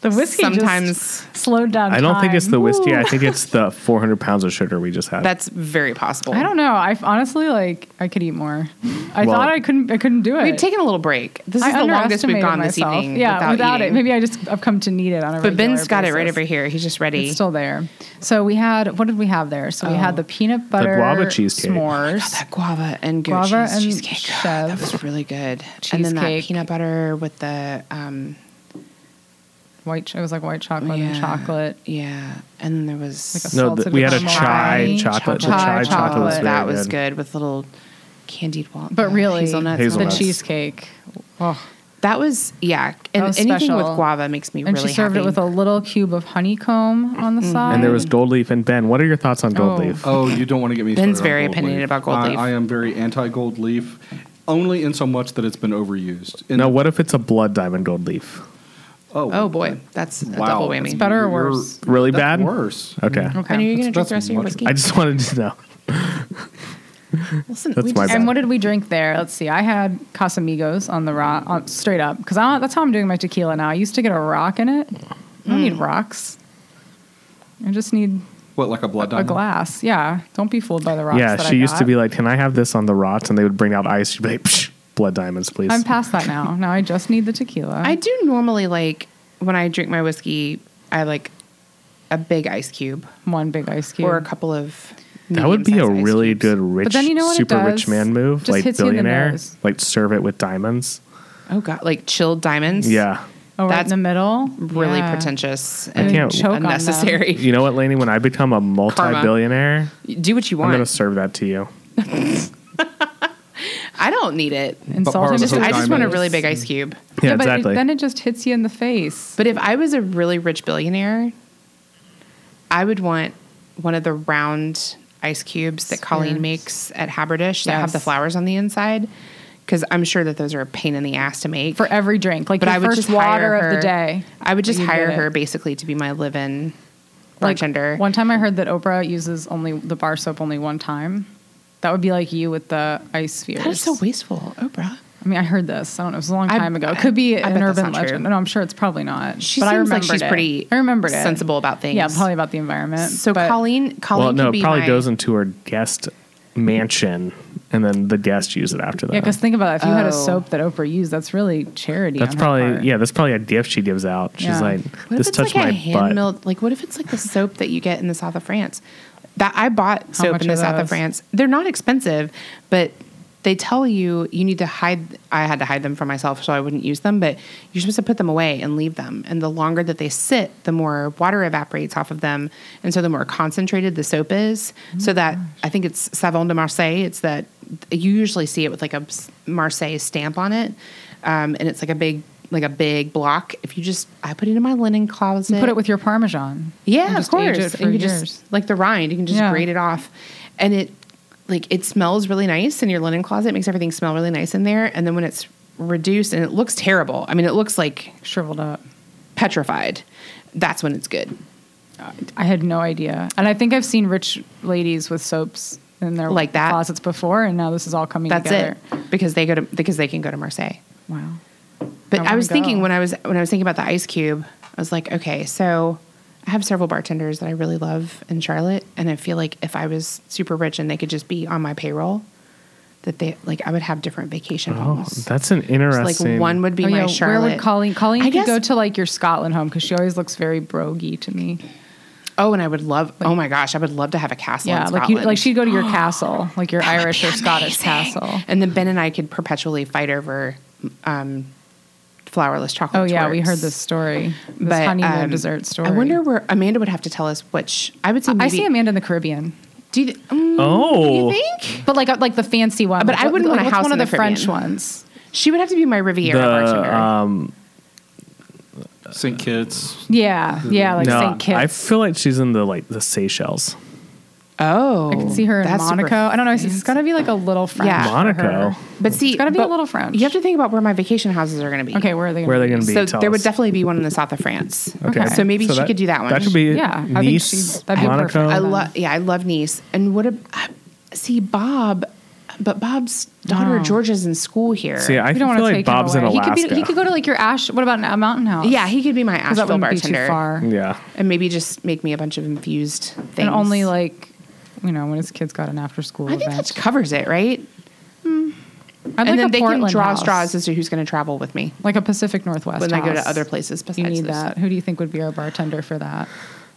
The whiskey
sometimes
just slowed down.
I don't think it's
time.
the whiskey. I think it's the 400 pounds of sugar we just had.
that's very possible.
I don't know. I f- honestly like I could eat more. I
Well-
thought I couldn't. I couldn't do it.
We've taken a little break. This is
I
the longest we've
underestimated
gone this
myself.
evening.
Yeah, without, it,
eating.
maybe I just I've come to need it on a.
But Ben's
regular
got it right
basis.
over here. He's just ready.
It's still there. So we had what did we have there? So we had
Oh.
the peanut butter
guava cheesecake.
s'mores.
that guava and goat
Guava
cheese
and
cheesecake. God, that
chev.
was really good. And then that
Cheesecake.
peanut butter with the um,
white. ch- It was like white chocolate and
yeah,
chocolate.
Yeah, and then there was
Like a
no, the,
salted
we had a
caramel.
chai
Chai
chocolate. The
chocolate.
chai
Chai
chocolate was
chocolate.
very
that was good. with little candied walnuts.
But really,
hazelnuts.
Hazelnuts.
the cheesecake. Oh,
That was yeah, and
was
anything
special.
with guava makes me
and
really
she served
happy. Mm-hmm.
it with a little cube of honeycomb on the side.
And there was gold leaf. And Ben, what are your thoughts on gold
Oh.
leaf?
Oh, you don't want to get me.
Ben's
started on
very
gold
opinionated
leaf.
about gold
I,
leaf.
I am very anti-gold leaf, only in so much that it's been overused. In
Now,
the-
what if it's a blood diamond gold leaf?
Oh,
oh boy, that's a
wow,
double
that's-
whammy.
better or
you're-
worse?
Really
that's
bad?
Worse.
Okay.
Mm, Okay.
I know you're gonna drink
That's
the rest of your
much-
whiskey.
I just wanted to know.
Listen,
that's
we
my
just,
bad.
And what did we drink there? Let's see. I had Casamigos on the rock, on, straight up, because that's how I'm doing my tequila now. I used to get a rock in it. I don't need
Mm.
rocks. I just need
What, like a blood
a
diamond?
glass. Yeah, don't be fooled by the rocks.
yeah,
that
she
I
used to
got.
be like, "Can I have this on the rots?" And they would bring out ice. She'd be like, Psh, "Blood diamonds, please."
I'm past that now. Now I just need the tequila.
I do normally like when I drink my whiskey. I like a big ice cube
one big ice cube.
or a couple of.
that would be a
medium-sized ice
really
cubes.
good rich,
then you know what it
super rich
does?
man move,
Just
like
hits you in the
billionaire,
nose.
like serve it with diamonds.
Oh god, like chilled diamonds.
Yeah.
oh, right
that's
in the middle.
really
Yeah.
pretentious
I
and
can't- Choke
on them.
unnecessary.
You know what, Lainey? When I become a multi-billionaire,
Do what you
I'm
want.
gonna serve that to you.
I don't need it.
And
But
salt.
part
and
of the
Just,
whole
I just want a
diamonds.
really big ice cube.
Yeah,
but it-
exactly.
then it just hits you in the face.
But if I was a really rich billionaire, I would want one of the round ice cubes that Colleen
Spheres.
makes at Haberdish that have
Yes.
the flowers on the inside. Because I'm sure that those are a pain in the ass to make.
for every drink, like
but
your
I would
first
just
water
hire her,
of the day.
I would just
You get
hire
it.
her basically to be my live-in
Like,
bartender.
one time I heard that Oprah uses only the bar soap only one time. That would be like you with the ice spheres.
That is so wasteful, Oprah.
I mean, I heard this. I don't know. It was a long
I-
time ago. It could be
I
an
bet that's
urban
not true.
legend. No, I'm sure it's probably not.
She
but I
seems like
remembered
she's
it.
pretty
I remembered it.
sensible about things.
Yeah, probably about the environment.
So
but-
Colleen, Colleen
well, no,
could be
it probably
my-
goes into her guest mansion, and then the guests use it after that.
Yeah, because think about it. If you had
Oh.
a soap that Oprah used, that's really charity.
that's
on her
probably
part.
yeah, that's probably a gift she gives out. She's
Yeah.
like,
What
this
if it's
touched
like a
my butt.
hand milled? Like, what if it's like the soap that you get in the south of France? That I bought soap
much
in the
are
south of
those?
France. They're not expensive, but they tell you you need to hide. I had to hide them for myself so I wouldn't use them, but you're supposed to put them away and leave them. And the longer that they sit, the more water evaporates off of them, and so the more concentrated the soap is.
Oh
so that I think it's Savon de Marseille. It's that you usually see it with like a s- Marseille stamp on it, um, and it's like a big. Like a big block. If you just, I put it in my linen closet.
You put it with your Parmesan.
Yeah,
And
of
just age
course.
it for
and you
years.
just like the rind, you can just
Yeah.
grate it off, and it like it smells really nice in your linen closet. It makes everything smell really nice in there, and then when it's reduced and it looks terrible. I mean, it looks like
shriveled up.
petrified. That's when it's good.
I had no idea, and I think I've seen rich ladies with soaps in their
Like that?
closets before, and now this is all coming
That's
together.
it because they go to because they can go to Marseille.
Wow. I
But I,
wanna
was thinking
go.
when I was when I was thinking about the ice cube, I was like, okay, so I have several bartenders that I really love in Charlotte, and I feel like if I was super rich and they could just be on my payroll, that they like I would have different vacation
Oh,
homes.
that's an
So,
interesting.
like one would be
Oh,
my
yeah,
Charlotte.
Where would Colleen? Colleen
I
could
guess-
go to like your Scotland home because she always looks very brogy to me.
Oh, and I would love. oh my gosh, I would love to have a castle.
yeah,
in
like
Scotland.
you, like she'd go to your castle, like your
That would
Irish
be
or Scottish
amazing.
castle.
And then Ben and I could perpetually fight over um, flourless chocolate.
Oh yeah, we
torts.
heard this story, this
But,
honeymoon
um,
dessert story.
I wonder where Amanda would have to tell us which. I would say. Maybe,
I see Amanda in the Caribbean.
Do you, mm,
Oh.
you think
But like like the fancy one.
But I
What-
wouldn't want a
what's
house
one
in
of
the
the French
Caribbean.
ones.
she would have to be my Riviera bartender?
um,
St. Kitts.
Yeah, yeah, like
no,
Saint Kitts.
I feel like she's in the like the Seychelles.
oh,
I can see her in
that's super
Monaco. I don't know. It's, it's got to be like a little French.
Yeah.
for
Monaco?
her.
But see,
gotta be a
but
little French.
You have to think about where my vacation houses are going to be.
Okay, where are they? Gonna
Where are they
be?
going to be?
so
Tell
there would
us.
definitely be one in the south of France. so maybe she
that-
could do that one.
That should be
Yeah, I think
Nice,
she- that'd be
Monaco.
perfect.
I
Oh.
love. Yeah, I love Nice. And what? ab- I see, Bob, but Bob's daughter
Wow.
Georgia's in school here.
See, I
We don't want
feel
to
like
take
Bob's
him
in
away.
Alaska.
He could, be, he could go to like your Ash. What about a mountain house?
yeah, he could be my
'Cause
Asheville
that wouldn't
bartender,
be too far.
yeah,
and maybe just make me a bunch of infused things.
And only like you know when his kids got an after school
I think
event.
that covers it, right?
I'd
and
like a
then they can
Portland
draw
house.
straws as to who's going to travel with me
like a Pacific Northwest.
when I go
house.
to other places besides
You need
this.
that. Who do you think would be our bartender for that?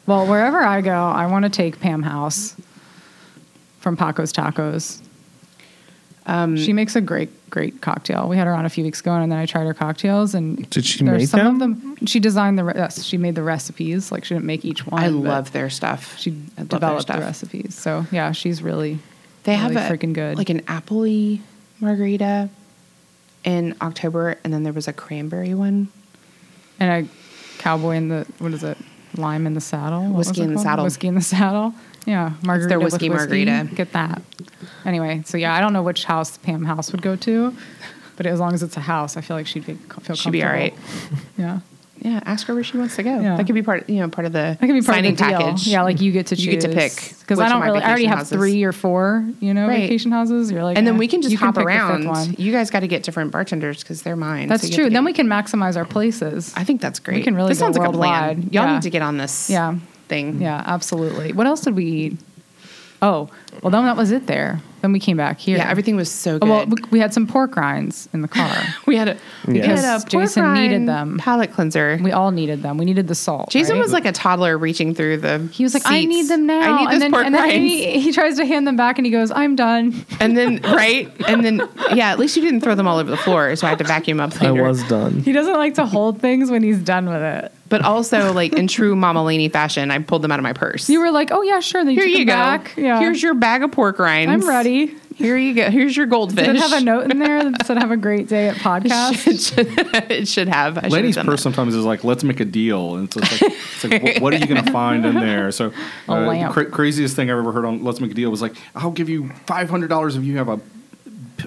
Well, wherever I go, I want to take Pam House from Paco's Tacos.
Um,
she makes a great, great cocktail. We had her on a few weeks ago, and then I tried her cocktails. And
Did she
there's
make
some of
them?
them? She designed the re- yes, she made the recipes. Like she didn't make each one.
I
but
love their stuff.
She
I love their
developed the
stuff.
recipes. So yeah, she's really
They
really
have a,
freaking good.
like an appley margarita in October, and then there was a cranberry one.
and a cowboy in the what is it? Lime in the saddle. What was
Whiskey
it
in the
called?
saddle.
Whiskey in the saddle. Yeah, margarita. with
whiskey margarita.
Get that. Anyway, so yeah, I don't know which house Pam House would go to, but as long as it's a house, I feel like she'd be, feel
She'd be all right.
comfortable. Yeah,
Yeah, ask her where she wants to go.
Yeah.
That could be part, you know, part of the
that could be part
signing
of the deal.
package.
Yeah, like you get to choose.
You get to pick
because
which
I
of
don't
my
really. I already
vacation
have
houses.
three or four. You know,
Right.
vacation houses. You're like,
and then
eh,
we can just
you
hop
pick the fifth
around.
one.
You guys got to get different bartenders because they're mine. so
That's
you have
true.
to get-
Then we can maximize our places.
I think that's great.
can really
This
go
sounds like a plan.
worldwide.
Y'all
Yeah.
need to get on this.
Yeah.
Thing.
Yeah, absolutely. What else did we eat? Oh, well, then that was it there. Then we came back here.
Yeah. Everything was so
Oh,
good.
Well, we, we had some pork rinds in the car.
we had a we
Yes.
had a
Jason
pork rind
needed them.
palate cleanser.
we all needed them. We needed the salt.
Jason
right?
was like a toddler reaching through the.
he was like, I
seats.
need them now.
I need those
and then,
pork
and then
rinds.
he, he tries to hand them back and he goes, I'm done.
And then right, and then yeah. At least you didn't throw them all over the floor, so I had to vacuum up
I
later.
was done.
He doesn't like to hold things when he's done with it.
But also, like in true Mama Laney fashion, I pulled them out of my purse.
You were like, oh, yeah, sure. Then you
Here
took
you
them
go.
back. Yeah.
Here's your bag of pork rinds.
I'm ready.
Here you go. Here's your goldfish.
Did it have a note in there that said, have a great day at podcast?
it, should, it should have. I should
Lady's
have done
purse
that.
sometimes is like, let's make a deal. And it's just like, it's like what, what are you going to find in there? So, uh,
A lamp.
cra- craziest thing I've ever heard on Let's Make a Deal was like, I'll give you $500 if you have a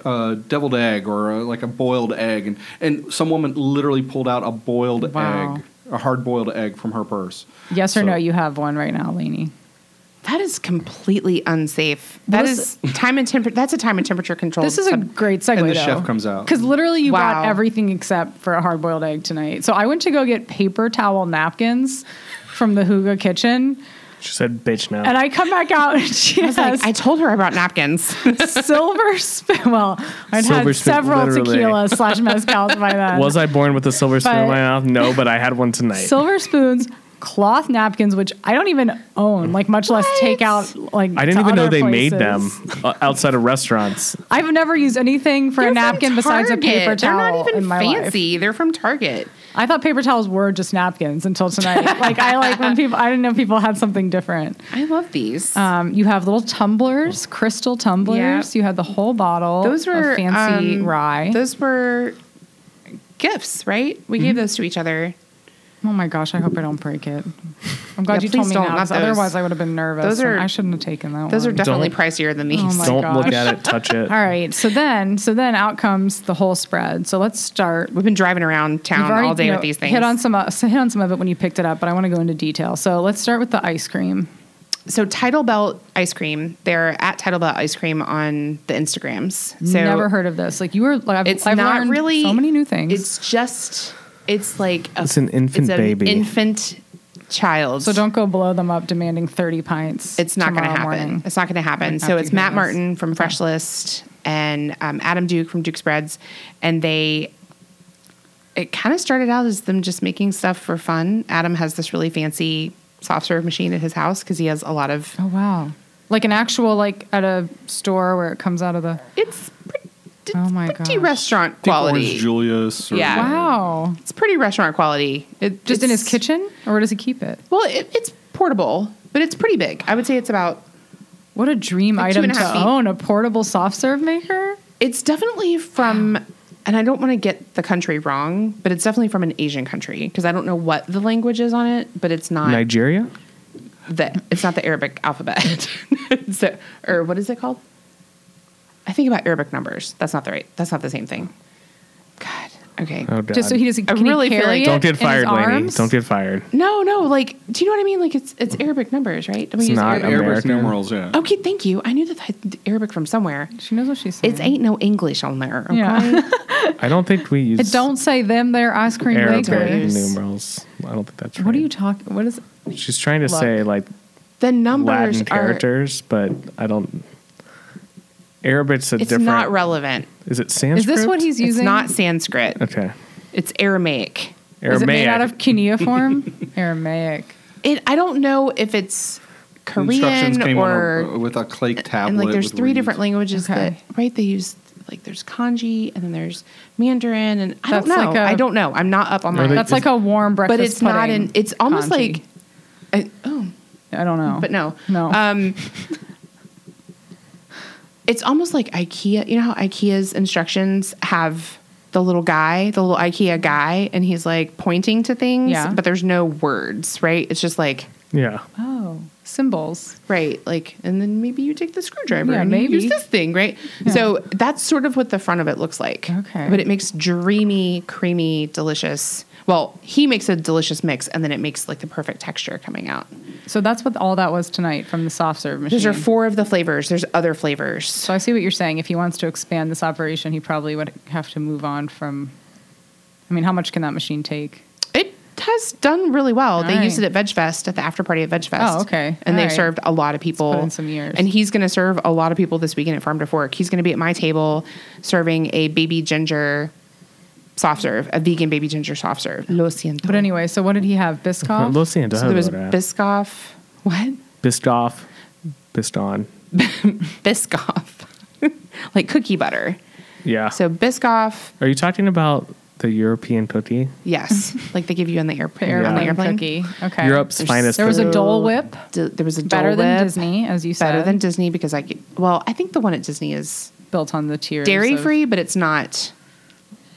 uh, deviled egg or uh like a boiled egg. And, and some woman literally pulled out a boiled
Wow.
egg, a hard boiled egg from her purse.
Yes or
So-
no, you have one right now, Lainey.
That is completely unsafe. That is
This-
time and temperature. That's a time and temperature control.
This is a great segue.
And the chef comes out.
because literally you
Wow.
bought everything except for a hard boiled egg tonight. So I went to go get paper towel napkins from the Huga kitchen,
She said, "Bitch, no."
and I come back out and she
I was like,
has
I told her about napkins.
silver spoon. Well, I'd
Silver
had
spoon,
several
literally.
tequilas slash mezcals by then.
was I born with a silver spoon in
But-
my mouth? No, but I had one tonight.
silver spoons, cloth napkins, which I don't even own, like much less take out. Like
I didn't
to
even know
other
they made them
places. Oh
uh, outside of restaurants.
I've never used anything for a
They're from
napkin besides a paper
Target.
towel
They're not even
in my life.
fancy. They're from Target.
I thought paper towels were just napkins until tonight. like I like when people I didn't know people had something different.
I love these.
Um, you have little tumblers, crystal tumblers. You had the whole bottle.
those were
of fancy
um,
rye.
Those were gifts, right? We gave those to each other.
oh my gosh! I hope I don't break it. I'm glad
Yeah,
you told
please
me
don't,
now.
not
'cause
those.
Otherwise, I would have been nervous.
Those
and
are-
I shouldn't have taken that.
Those are
one.
definitely
Don't-
pricier than these.
Um, Oh my
Don't look
gosh.
at it, touch it.
All right. So then, so then out comes the whole spread. So let's start.
We've been driving around town
You've already,
all day
you know,
with these things.
Hit on some uh, so hit on some of it when you picked it up, but I want to go into detail. So let's start with the ice cream.
so Title Belt Ice Cream. They're at Title Belt Ice Cream on the Instagrams. So
Never heard of this. Like you were like I've,
It's
I've
not
learned
really
so many new things.
It's just it's like a,
It's an infant
it's an
baby.
infant child.
so don't go blow them up demanding 30 pints.
It's not going to
tomorrow
happen.
morning.
It's not going to happen.
Like,
So
after
it's
you hear
Matt
this.
Martin from Fresh List and um, Adam Duke from Duke Spreads, and they. It kind of started out as them just making stuff for fun. Adam has this really fancy soft serve machine at his house because he has a lot of.
Oh wow. Like an actual like at a store where it comes out of the
It's pretty, it's
Oh my
pretty
gosh.
restaurant
Think Orange
quality.
Julius. Or
Yeah.
Wow.
It's pretty restaurant quality. It,
Just in his
it's-
kitchen or where does he keep it?
Well, it, it's portable, but it's pretty big. I would say it's about
What a dream
Like two
item
and a half
to
feet.
own, a portable soft serve maker?
Oh,
It's definitely from, and I don't want to get the country wrong, but it's definitely from an Asian country because I don't know what the language is on it, but it's not
Nigeria?
the it's not the Arabic alphabet. so, or what is it called? I think about Arabic numbers. That's not the right. That's not the same thing. God. Okay.
Oh god.
Just so he doesn't
I
can he
really feel
carry
like-
it
Don't
in
get
his
fired, Lainey.
arms?
Don't get fired.
No, no. Like, do you know what I mean? Like, it's it's Arabic numbers, right? Don't we
It's not
Arabic-
Arabic
American.
numerals. Yeah.
Okay, thank you. I knew that I had Arabic from somewhere.
She knows what she's saying.
It's ain't no English on there. Okay?
Yeah.
I don't think we use
It don't say them their ice cream
Arabic
bakers.
numerals. I don't think that's right.
What are you talking? What is?
She's trying to
Look.
say like
The numbers
Latin
are.
characters, but I don't. Arabic's a
It's
different.
not relevant.
Is it Sanskrit?
Is this what he's using?
It's not Sanskrit.
Okay.
It's Aramaic.
Aramaic.
Is it made out of cuneiform? Aramaic.
It. I don't know if it's
Instructions
Korean
came on
or
a, with a clay tablet.
and like there's
with
three
reeds.
different languages
Okay.
that right they use like there's kanji and then there's Mandarin and I
That's
don't know.
like a-
I don't know. I'm not up on
Are
my.
they-
That's like a warm breakfast.
but it's not
pudding
in. It's almost
kanji.
like. I, oh,
I don't know.
but no,
no.
Um, it's almost like IKEA. You know how IKEA's instructions have the little guy, the little IKEA guy, and he's like pointing to things,
Yeah.
but there's no words, right? It's just like
Yeah.
oh, symbols.
right, like, and then maybe you take the screwdriver
Yeah,
and
maybe.
maybe use this thing, right?
Yeah.
So that's sort of what the front of it looks like.
Okay.
but it makes dreamy, creamy, delicious. Well, he makes a delicious mix, and then it makes like the perfect texture coming out.
So that's what all that was tonight from the soft serve machine.
Those are four of the flavors. There's other flavors.
So I see what you're saying. If he wants to expand this operation, he probably would have to move on from. I mean, how much can that machine take?
It has done really well. they
Alright.
used it at VegFest at the after party at VegFest.
Oh, okay.
And they
Alright.
served a lot of
put
people.
in some years.
And he's going to serve a lot of people this weekend at Farm to Fork. He's going to be at my table serving a baby ginger soft serve, a vegan baby ginger soft serve. Lo siento.
But anyway, so what did he have? Biscoff.
Lo siento.
so there was
Aurora.
Biscoff. What?
Biscoff. Biston.
Biscoff. like cookie butter.
Yeah.
So Biscoff,
are you talking about the European cookie?
yes. like they give you on the airplane.
Airplane
On the airplane.
cookie. Okay.
Europe's
There's-
finest.
There was a
cookie.
Dole Whip.
D- there was a
Better
Dole
than
Whip.
Disney, as you said.
Better than Disney because I get, well, I think the one at Disney is
built on the tiers.
dairy
of-
free, but it's not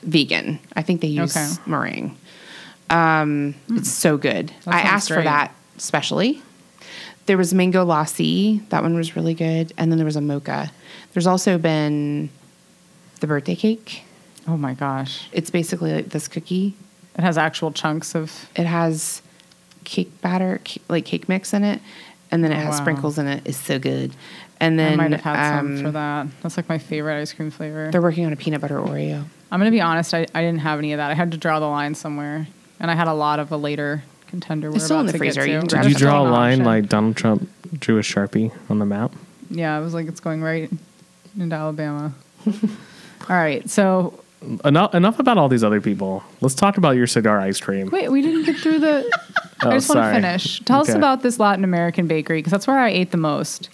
vegan. I think they use
Okay. Hmm.
meringue. Um, It's so good.
That
I
sounds
asked for
great.
that specially. There was mango lassi. That one was really good. And then there was a mocha. There's also been the birthday cake.
Oh my gosh.
It's basically like this cookie.
It has actual chunks of
It has cake batter, ca- like cake mix in it, and then it has
Oh, Wow.
sprinkles in it. It's so good. And
I
then
might have had
um,
some for that. That's like my favorite ice cream flavor.
They're working on a peanut butter Oreo.
I'm gonna be honest. I, I didn't have any of that. I had to draw the line somewhere, and I had a lot of a later contender. We're
It's still
about
in the
to get
freezer. You
to.
can grab
Did
That's
you
still
draw a
an
line
option.
like Donald Trump drew a sharpie on the map?
Yeah, I was like, it's going right into Alabama. All right, so
Enough, enough about all these other people. Let's talk about your cigar ice cream.
wait, we didn't get through the.
Oh,
I just want
sorry.
to finish. Tell us
Okay.
about this Latin American bakery because that's where I ate the most.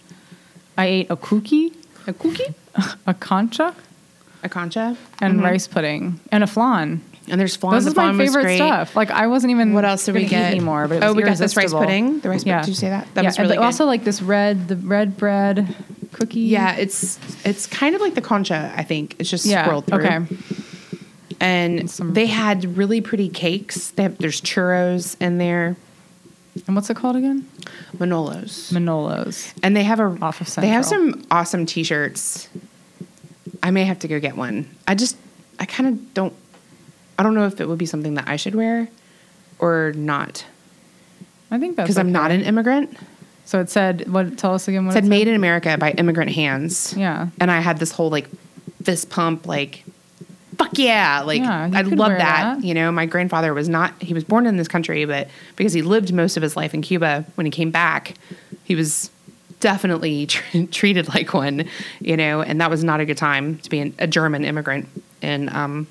I ate a cookie,
A cookie,
a concha,
a concha,
and rice pudding, and a flan.
and there's flan.
This
The
is my
flan was
favorite
great.
stuff. Like I wasn't even.
What else did we
gonna eat
get
anymore? But it
oh,
was
we got this rice
irresistible.
pudding. The rice
Yeah.
pudding. Did you say that? That
yeah,
was
and
really
but
good.
Also, like this red, the red bread cookie.
yeah, it's it's kind of like the concha. I think it's just
yeah.
swirled through.
Okay,
and
Some-
they had really pretty cakes. They have, there's churros in there,
and what's it called again?
Manolos,
Manolos.
and they have a
Off of
they have
Central.
some awesome T-shirts. I may have to go get one. I just I kind of don't I don't know if it would be something that I should wear or not
I think that's
because I'm
okay.
not an immigrant.
So it said what? Tell us again what
It
it
said "Made in America" by immigrant hands.
Yeah.
and I had this whole like fist pump like. Fuck yeah! Like
Yeah, you
I
could
love
wear
that.
that.
You know, my grandfather was not—he was born in this country, but because he lived most of his life in Cuba, when he came back, he was definitely tr- treated like one. You know, and that was not a good time to be an, a German immigrant and um,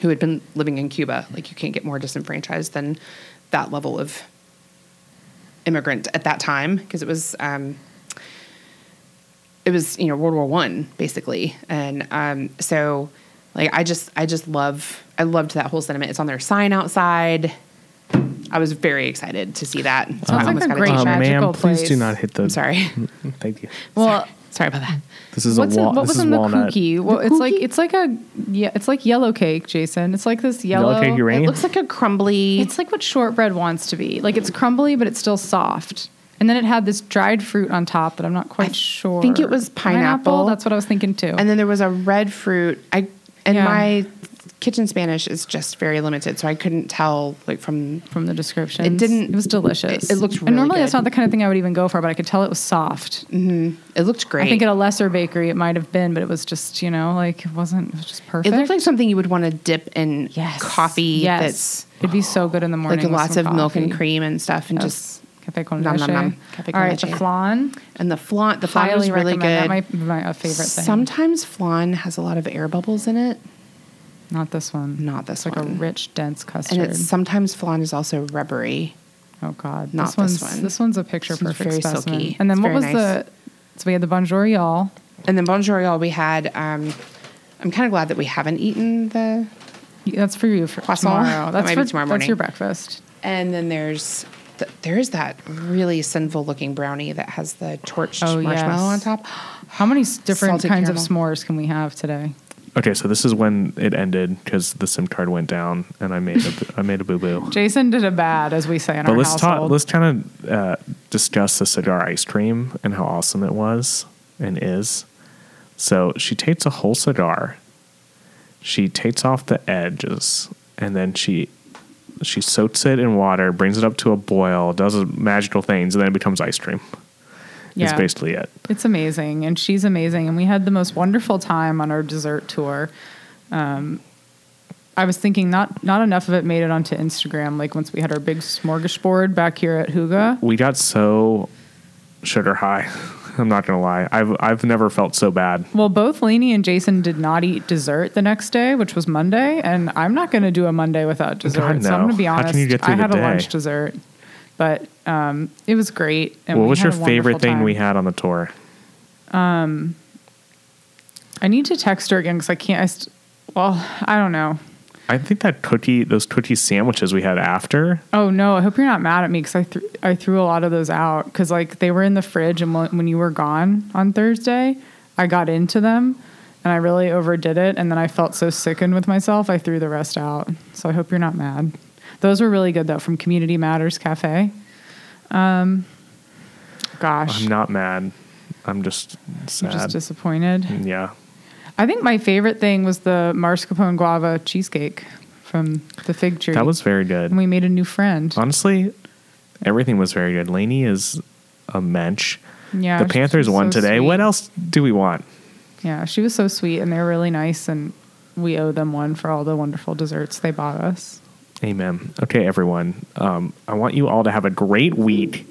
who had been living in Cuba. Like you can't get more disenfranchised than that level of immigrant at that time because it was um, it was you know World War One basically, and um, so like I just I just love I loved that whole sentiment. It's on their sign outside. I was very excited to see that. So I
like
almost
a
got
great
a
Uh,
t-shirt.
magical
ma'am, please
place.
do not hit the.
I'm sorry.
Thank you.
Well,
sorry about that.
This is
what's
a
in,
wall.
what
this
was
is
in the
walnut.
cookie? Well, it's like it's like a yeah, it's like yellow cake, Jason. It's like this yellow.
Yellow cake uranium.
It looks like a crumbly.
It's like what shortbread wants to be. Like it's crumbly, but it's still soft. And then it had this dried fruit on top that I'm not quite sure.
think it was pineapple.
That's what I was thinking too.
and then there was a red fruit. I and
Yeah.
my kitchen Spanish is just very limited, so I couldn't tell like from
from the description,
It didn't-
It was delicious.
it- it looked
And
really
normally that's
good.
not the kind of thing I would even go for, but I could tell it was soft.
It looked great.
I think at a lesser bakery it might have been, but it was just you know like it wasn't. It was just
it
perfect.
looked like something you would want to dip in
yes,
coffee.
Yes,
That's
it'd be so good in the morning.
like
with
lots of
some
milk and
coffee.
cream and stuff, and
Yes.
just
Café con
nom,
leche.
nom, nom. Café con
All right, the
leche.
flan.
and the flan. The flan was
highly
really good.
recommend. That might be my favorite thing.
Sometimes flan has a lot of air bubbles in it,
Not this one.
Not this
it's like
one.
a rich, dense
and
custard.
it's sometimes flan is also rubbery.
oh God,
not
this
this
one's
one.
this one's a picture
This one's
perfect
very
specimen.
silky.
And then
It's
what
very
was
nice.
the? So we had the Bonjour y'all.
And then Bonjour, y'all. We had. Um, I'm kind of glad that we haven't eaten the.
That's for you for
Croissant?
tomorrow.
That
That's
might
for
be tomorrow
That's your
morning.
breakfast.
And then there's. th- There is that really sinful looking brownie that has the torched
Oh,
marshmallow on
yes.
top.
How many s- different
Salted
kinds of
caramel.
s'mores can we have today?
Okay, so this is when it ended because the SIM card went down and I made a, I made a boo boo.
Jason did a bad, as we say in
But
our
let's
household.
talk. Let's kind of uh, discuss the cigar ice cream and how awesome it was and is. So she takes a whole cigar. She takes off the edges and then she she soaks it in water, brings it up to a boil, does magical things, and then it becomes ice cream. That's
Yeah.
basically it.
It's amazing, and she's amazing, and we had the most wonderful time on our dessert tour. Um, I was thinking not not enough of it made it onto Instagram. Like once we had our big smorgasbord back here at Huga.
we got so sugar high. I'm not gonna lie. I've I've never felt so bad.
Well, both Lainey and Jason did not eat dessert the next day, which was Monday, and I'm not going to do a Monday without dessert.
God,
So I'm
no.
going to be
How
honest.
can you get
I
through the
had a
day?
lunch dessert, but um, it was great. And
what
we
was
had
your
a wonderful
favorite thing we
time.
had on the tour?
I need to text her again because I can't. I st- well, I don't know.
I think that cookie, those cookie sandwiches we had after.
Oh no! I hope you're not mad at me because I thr I threw a lot of those out because like they were in the fridge and when when you were gone on Thursday, I got into them and I really overdid it and then I felt so sickened with myself I threw the rest out. So I hope you're not mad. Those were really good though from Community Matters Cafe. Um, gosh,
I'm not mad. I'm just
I'm
sad.
just disappointed.
yeah,
I think my favorite thing was the mascarpone guava cheesecake from the fig tree.
that was very good.
and we made a new friend.
Honestly, everything was very good. Lainey is a mensch.
Yeah,
the
she's
Panthers won
so
today.
sweet.
What else do we want?
Yeah, she was so sweet, and they were really nice, and we owe them one for all the wonderful desserts they bought us.
Amen. Okay, everyone. Um, I want you all to have a great week.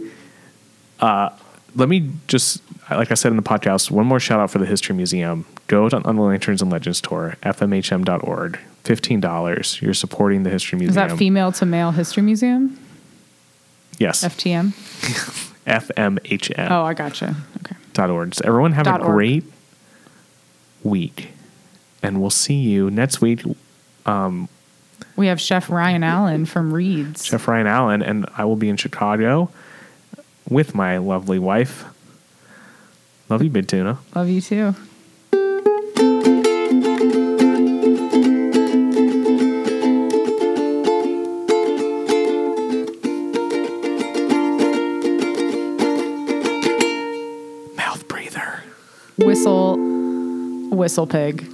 Uh, let me just, like I said in the podcast, one more shout out for the History Museum. Go to, on the Lanterns and Legends tour, fmhm.org. $15. You're supporting the History Museum.
Is that female to male history museum?
Yes.
FTM.
fmhm.
Oh, I gotcha. Okay.
dot org. So everyone have
Dot
a
org.
great week, and we'll see you next week.
We have Chef Ryan Allen from Reed's.
Chef Ryan Allen and I will be in Chicago with my lovely wife. Love you, Big Tuna.
Love you too.
Mouth breather.
Whistle, whistle pig.